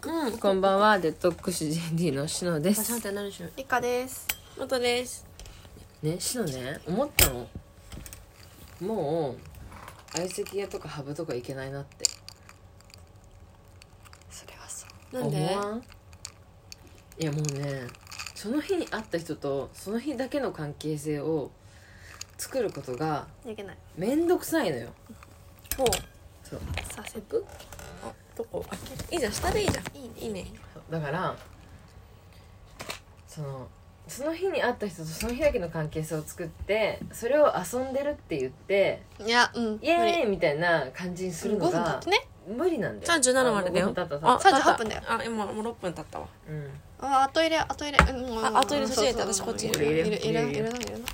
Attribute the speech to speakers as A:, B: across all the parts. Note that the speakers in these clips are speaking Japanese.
A: うん
B: こんばんはデトックス JD のしので
A: パシャンっ
B: す
A: てなるでしょ
C: リカです
A: 元です
B: ねしのね思ったのもう相席屋とかハブとか行けないなって
C: それはそう
A: なんで
B: 思わんいやもうねその日に会った人とその日だけの関係性を作ることが
C: いけない
B: めんどくさいのよ
A: ほう
B: そう
C: させ
A: ぶあどこいいじゃん下でいいじゃん
C: いいね
A: いいね
B: だからそのその日に会った人とその日だけの関係性を作ってそれを遊んでるって言って
C: いやうん
B: イエーイみたいな感じにする
C: 無理
B: の
C: 5分経っ
B: が
C: てね
B: 無理なんだよ
A: 37までだよ
B: あもう経った経
A: あ
B: っ
C: 38分だよ
A: あ今もう6分経ったわ
B: たうん
C: あ後入れ後入れうんうんうん
A: あ後入れ
C: う
A: そっち入れて
C: う
A: 私こっち
C: い
A: 入
C: る
B: れ
C: い
B: る
C: るいるいる
B: い
C: い
B: る
C: るのいるの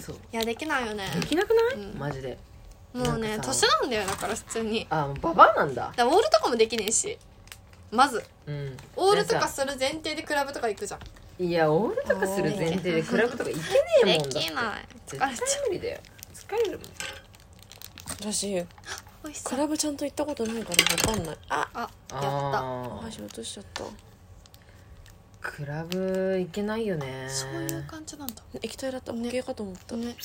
B: そう
C: いやできないよね
B: できなくない、
C: うん
B: マジで
C: もうね
B: なんか
C: 年
B: さ
C: なんだよだから普通に
B: あもうババアなんだ
C: だからオールとかもできねえしまず
B: うん
C: オールと
B: なん
C: かする前提でクラブとか行くじゃん
B: いやオールとかする前提でクラブとか行けねえ
C: で
B: もんだ
C: きない
B: 絶
C: 疲
B: 対
C: れちゃ
B: 無理だよ疲れるもん
A: 私
C: うおいしそ
A: ク
C: うや
A: ラ
C: っ
A: ブちゃんと行ったことないからわかんないあ
C: た
B: あー
A: 足落としちゃった
B: クラブ行けないよね
C: そういう感じなんだ
A: 液体だった
C: ね
A: 模型かと思った、
C: ね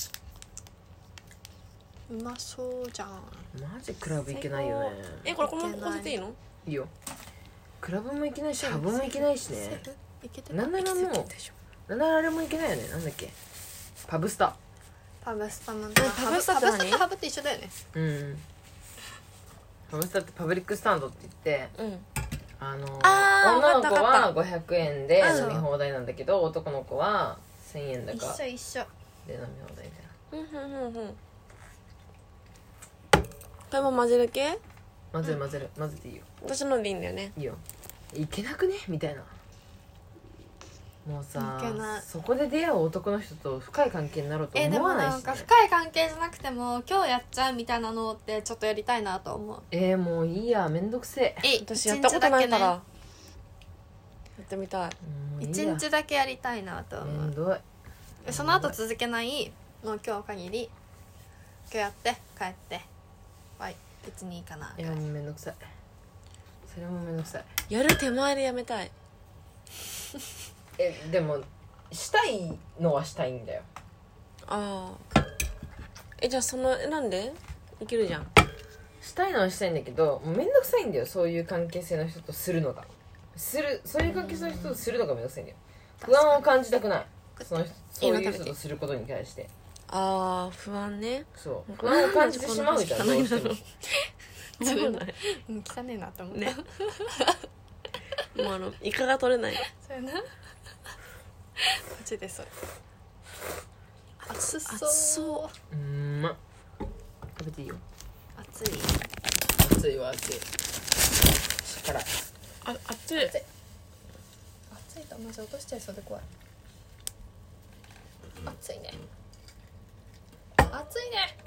C: うまそうじゃん
B: マジクラブ行けないよね
A: えこれこのままここせていいの
B: いいよクラブも行けないしハブも行けないしね
C: セーフいけてる
B: なんならもうなんならあれも行けないよねなんだっけパブスタ
C: パブスタも
A: パブスタって
C: パブ
A: 何
C: スタとハブって一緒だよね
B: うんパブスタってパブリックスタンドって言って
A: うん
B: あの
A: あー
B: 女
A: わか
B: の
A: った
B: 子
A: わか
B: は500円で飲
C: うん
B: み放題なんだけど男の子は1000円だ
C: 一
B: か
C: 緒一緒
B: で飲み放題みたいな
A: うんうんうんうんこれも混ぜる系
B: 混ぜる混ぜる混ぜていいよ
A: 私のでいいんだよね
B: いいよいけなくねみたいなもう
C: いけな
B: さ
C: い
B: そこで出会う男の人と深い関係になろうと
C: えで
B: 思
C: も
B: わない
C: なん
B: し、ね
C: か深い関係じゃなくても今日やっちゃうみたいなのってちょっとやりたいなと思う
B: えー、もういいやめんどくせえ
C: え
A: 私やったことないからやってみたい
B: もういい
C: 一
B: や
C: 日だけやりたいなと
B: め
C: 思うん
B: どい
C: その後続けないもう今日限り今日やって帰ってはい別にいいかない
B: やもうめんどくさいそれもめんどくさい
A: やる手前でやめたい
B: えでもしたいのはしたいんだよ
A: ああえじゃあそのえなんでいけるじゃん
B: したいのはしたいんだけどもうめんどくさいんだよそういう関係性の人とするのがするそういう関係性の人とするのがめんどくさいんだよ不安を感じたくないその人そういう人とすることに対して
A: ああ不安ね
B: そう不
A: こんな
B: 安を感じてしまうじゃん
A: こんな汚
B: どう
A: いな
B: しても
C: そ
A: そ
C: う
A: う
C: だうん汚ねえなと思った、
A: ねもうあのイカが取れない
C: そうやな マジでそれ暑そう
A: 熱そう
B: ーんま食べていいよ
C: 暑い
B: 熱いわ熱い辛い
A: あ熱い
C: 暑いとマジ落としちゃいそうで怖い暑いね暑いね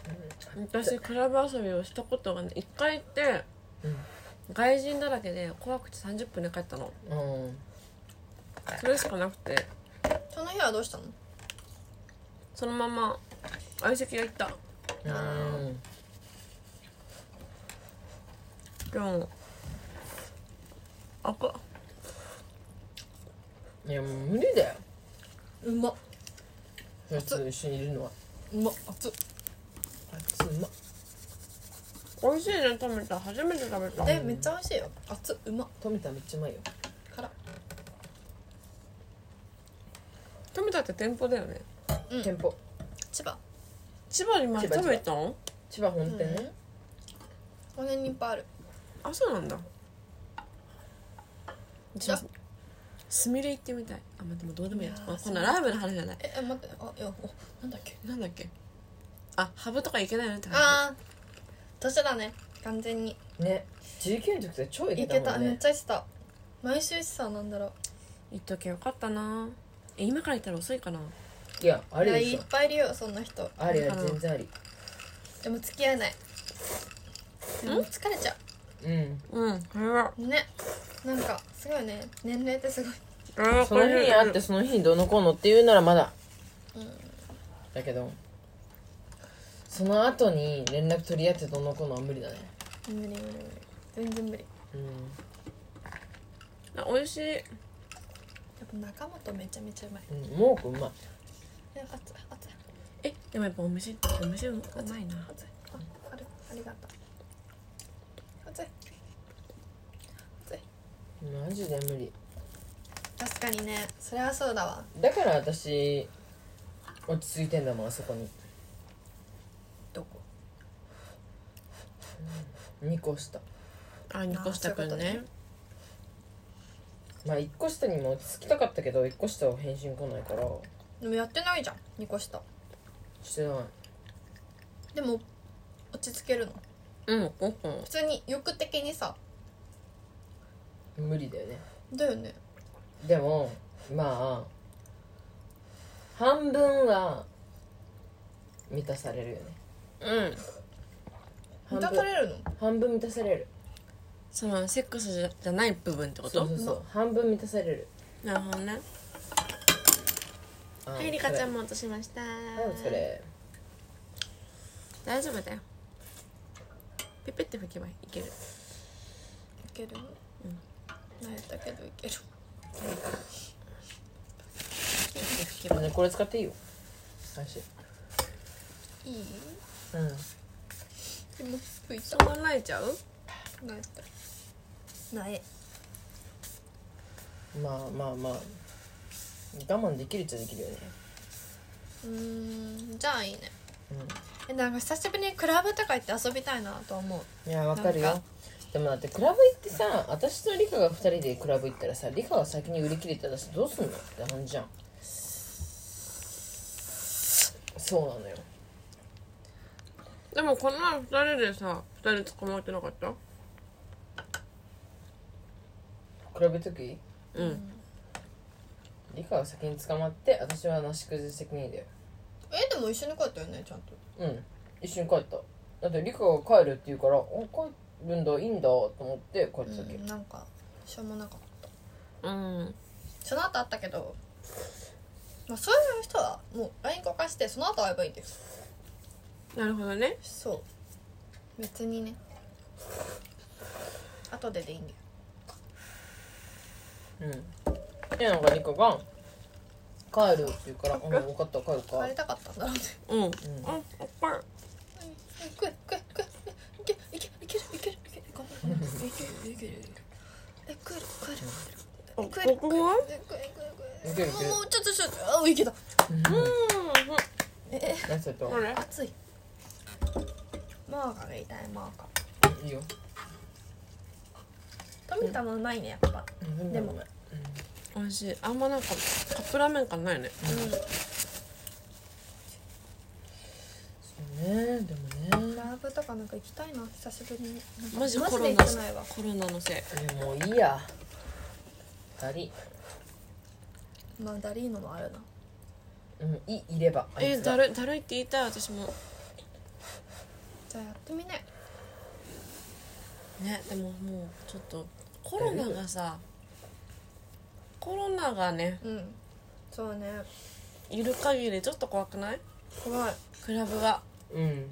A: 私クラブ遊びをしたことがね一回行って、
B: うん
A: 外人だらけで怖くて30分で帰ったの
B: うん
A: それしかなくて
C: その日はどうしたの
A: そのまま相席が行った
B: うん
A: でもあか
B: いやもう無理だよ
C: うまっ
B: そいつと一緒にいるのは
C: うまっ暑い
B: 熱いうま
A: 美味しいね食べた初めて食べた
C: えめっちゃ美味しいよ熱いうまっ
B: 富田めっちゃうまいよ
C: 辛
A: 食べたって店舗だよね
B: 店舗
C: 千葉
A: 千葉に前
B: 千葉
A: 食べたの
B: 千葉本店ね
C: この辺にいっぱいある
A: あそうなんだじゃあ
C: じゃ
A: すみれ行ってみたいあまあでもどうでもいいや
C: いやー
A: あこんなライブの話じゃない
C: ええ待ってあいやおなんだっけ
A: なんだっけあハブとか行けないよねって話
C: ああ年だね完全に
B: ね19の時って超い
C: い
B: け
C: け
B: たも
C: た
B: ん
C: めっ
B: ね
C: ちゃした毎週さなんだろう
A: 行っときゃよかったなえ今から行ったら遅いかない
B: やあ
C: い
B: り
C: や
B: で
C: い
B: し
C: っ
B: ょ
C: ぱいいるよそんな人
B: ありあ
A: あ
B: り
A: の
B: 全然あり
C: でも付き合えないでも疲れちゃ
B: うん
A: うんこれは
C: うねなんかすごいね年齢ってすごい
A: これは
B: その日に会ってその日にどうのこうのっていうならまだ
C: うん
B: だけどその後に連絡取り合ってどうのこうのは無理だね
C: 無理無理無理全然無理
B: うん
A: あ美味しい
C: やっぱ仲間とめちゃめちゃうまい
B: うんもうくうまい
C: いや熱い熱い
A: えでもやっぱお店お店うまいな
C: 熱いああれありがとう熱い
B: マジで無理
C: 確かにねそれはそうだわ
B: だから私落ち着いてんだもんあそこに
C: どこ
B: 2個下
A: あ二個下くんね
B: まあ1個下にも落ち着きたかったけど1個下は返信来ないから
C: でもやってないじゃん2個下
B: してない
C: でも落ち着けるの
A: うんごくん
C: 普通に欲的にさ
B: 無理だよね
C: だよね
B: でもまあ半分は満たされるよね
A: うん
B: 半分
C: 満たされるの
B: 半分満たされる
A: そのセックスじゃじゃない部分ってこ
B: そ
A: と
B: うそうそう半分満たされる
A: なるほどね
B: あ
A: はいリカちゃん
B: も
A: も落としました
B: それ
A: 大丈夫だよピピって吹けばいける
C: いける
A: うん
C: 慣れたけどいけ
A: ピ
C: る
A: ピって吹けば
B: それねこれ使っていいよ配信
C: いい
B: うん
C: でも拭い
A: そ
C: た
A: こ泣いちゃう
C: 慣れたない
B: まあまあまあ我慢できるっちゃできるよね
C: うーんじゃあいいね
B: う
C: えなんか久しぶりにクラブとか行って遊びたいなと思う
B: い
C: ん
B: やわかる
C: なん
B: よ
C: か
B: でもだってクラブ行ってさ私とリカが2人でクラブ行ったらさリカが先に売り切れたらさどうすんのって感じじゃんそうなのよ
A: でもこの前二人でさ二人捕まえてなかった
B: クラブ行く時
A: うん
B: リカが先に捕まって私はなし崩し責任だよ
C: えでも一緒に帰ったよねちゃんと
B: うん一緒に帰っただってリカが帰るって言うからあ帰るんだいいんだと思って帰っただけ、
C: うんなんかしょうもなかった
A: うん
C: その後あったけど、まあ、そういう人はもう LINE 交換してその後会えばいいんです
A: なるほどね
C: そう別にね後ででいいんだよ
B: うんでなんかリカが帰るって言うから「うん分かった帰るか」
C: 帰りたかったんだろうね
A: うんうんおっぱい
C: うん食え食え食えいけいけいけるいけるいける頑張れいけるいけるいけるえ食える食える
A: あ
C: 食える
A: ここは
C: 食える食える
B: い
C: 食
B: ける
C: える
B: いける
C: もうちょっとちょっとあいけた
A: うん
C: え
B: 何それと
A: これ
C: 熱いマーカが痛いマーカ
B: いいよ
C: 富田のうまいねやっぱ
B: で
C: で
B: も
C: も
B: ない
A: 美味しいあんまなんかカップラーメン感ないね
C: うん
B: そうねでもね
C: ライブとかなんか行きたいな久しぶりになんか
A: マジ
C: マ
A: コ
C: ジ
A: ロ
C: で
A: ナ
C: 行ってないわ
A: コロナのせい
B: でもいいや二人
C: まあダリーノもあるな
B: うんいいればあ
A: え
B: いつが
A: だるだるいって言いたい私も
C: じゃあやってみね
A: ねでももうちょっとコロナがさコロナがね
C: うんそうね
A: いる限りちょっと怖くない
C: 怖い
A: クラブが
B: うん
C: ね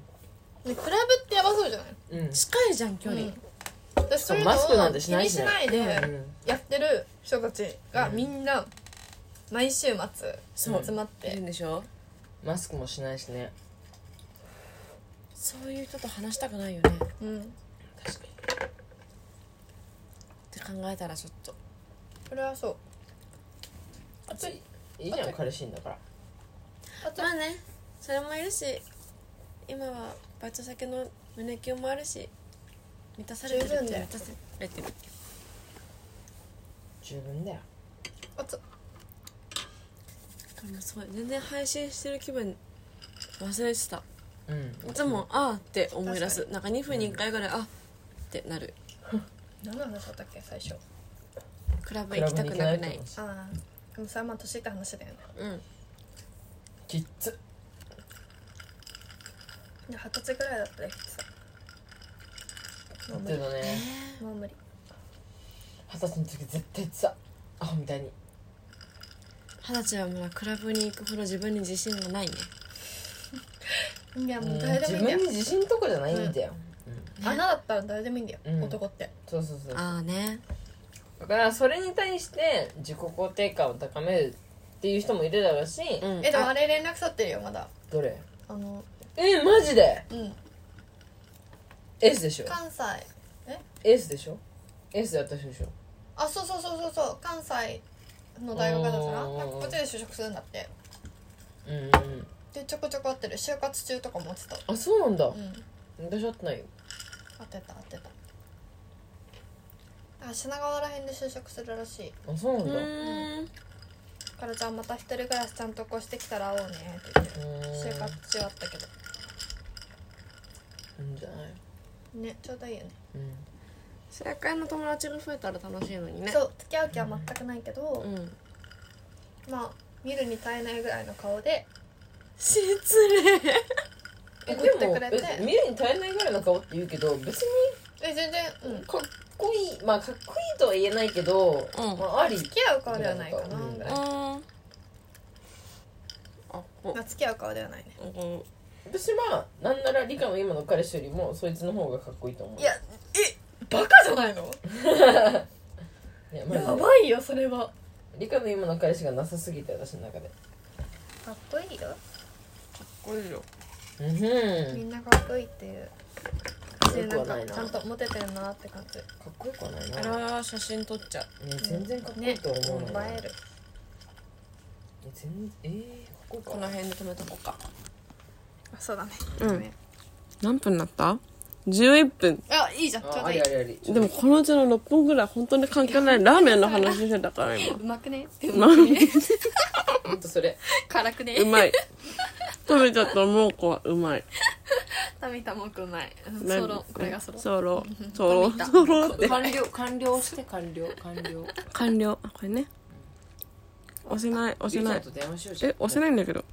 C: クラブってやばそうじゃない
B: うん
A: 近いじゃん距離、
C: うん私そういうの
B: マスクなん
C: を
B: てし
C: 気
B: な
C: に
B: いし
C: し
B: ね
C: ないで
B: うん
C: やってる人たちが
B: うん
C: みんな毎週
A: そ
C: 末
A: う
C: 集まっ
A: いる
C: て
A: んでしょ
B: マスクもしないしね
A: そういう人と話したくないよねっ
C: うん
B: 確かに
A: て考えたらちょっと
C: それはそう
B: 暑いいいじゃん彼氏いんだから
C: あと
A: まあねそれもいるし今はバイト先の胸キュンもあるし満たされてるっちゃ
C: 十分だよ
A: 満たされてる
B: 十分だよ
C: あと
A: でもそう全然配信してる気分忘れてた
B: うん
A: いつも「あー」って思い出すなんか2分に1回ぐらい「あってなる
C: 何の話だったっけ最初
A: クラブ
B: ク
A: 行
B: ラ
A: き
B: ブ
A: た
B: に
A: く
B: 行け
A: な
B: な
A: く
B: い
A: ない
B: と思うし
C: ああでもそれはまあ年いった話だよね
A: うん
B: きっつ
C: で二十歳ぐらいだったらさもう無
B: 言
C: 理
B: ってたね
C: もう無理
B: 二十歳の時絶対言ってたアホみたいに
A: 二十歳はまだクラブに行くほど自分に自信がないね
C: いやもう誰で
B: 自
C: もいい
B: 分
C: んだよ
B: に自信とかじゃないんだようん
A: ね
C: 穴だったら誰でもいいんだよ、
B: うん
C: 男って
B: そうそうそう
A: ああね
B: だからそれに対して自己肯定感を高めるっていう人もいるだろうし、
A: うん
C: えでもあれ連絡取ってるよまだ
B: どれ
C: あの
B: えマジで
C: うん
B: エースでしょ
C: 関西
B: エースでしょエースで私でしょ
C: あそうそうそうそうそう関西の大学だから
B: おー
C: なんかこっちで就職するんだって
B: うんうんうん
C: でちょこちょこ会ってる就活中とかも会ってた
B: あそうなんだ、
C: うん
B: 私会ってないよ
C: 会ってた会ってたあ品川ら辺で就職するらしい
B: あそうなん
A: う
B: だうん
A: ーん
C: からじゃあまた一人暮らしちゃんとこうしてきたら会おうねって言って就
B: い
C: 活中あったけど
B: いんじゃない
C: ねちょうどいいよね
B: うん
A: 正解の友達が増えたら楽しいのにね
C: そう付き合う気は全くないけど、
A: ん
C: まあ見るに耐えないぐらいの顔で
A: 失礼
B: えで
C: 送って
B: も
C: くれて
B: え見るに耐えないぐらいの顔って言うけど別に
C: え全然うん
B: かっこいいまあかっこいいとは言えないけど、
A: うん
B: まあ、あり
C: 付き合う顔ではないかな
B: うん
C: ぐらい、
A: あお
C: まあ、付き合う顔ではないね
A: お
B: 私はなんなら理科の今の彼氏よりもそいつの方がかっこいいと思うい
C: えバカじゃないの
B: いやマジで
C: いよそれは
B: 理科の今の彼氏がなさすぎて私の中で
C: かっこいいよ
A: これ以上
B: うんふ
C: み
B: ん
C: んなかっこいいっていう
B: っこよくは
C: な
B: なんい
C: か
B: な
C: ちゃんとモテてるなって感じね
B: かっこよくはないな
A: あ
B: ね
A: ら写真撮っちゃう
B: 全然かっこいいとは思うのよ
C: 映える
B: え全えー、かっこよく
A: こ
B: は
A: の
B: ない
A: 辺で止めとこうか
C: そうだね
A: うん何分になった11分
C: あいいじゃんちょう
B: あ
C: ど
B: あ
C: いい
B: りありあり
A: でもこのうちの6分ぐらい本当に関係ないラーメンの話してたから今
C: うまくね
A: うま い
B: ほんとそれ
C: 辛くね
A: うまい食べちゃったもうこはうまい
C: タミタもくうまいうん
A: ラーメン
C: ソロこれがソロ
A: ソロソロ
C: 食べた
A: ソロって
B: 完了完了して完了完了
A: 完了あこれね押せない押
B: ゆ
A: せ
B: うち
A: な
B: ゃん
A: い
B: と電話しようじゃん
A: え押せないんだけど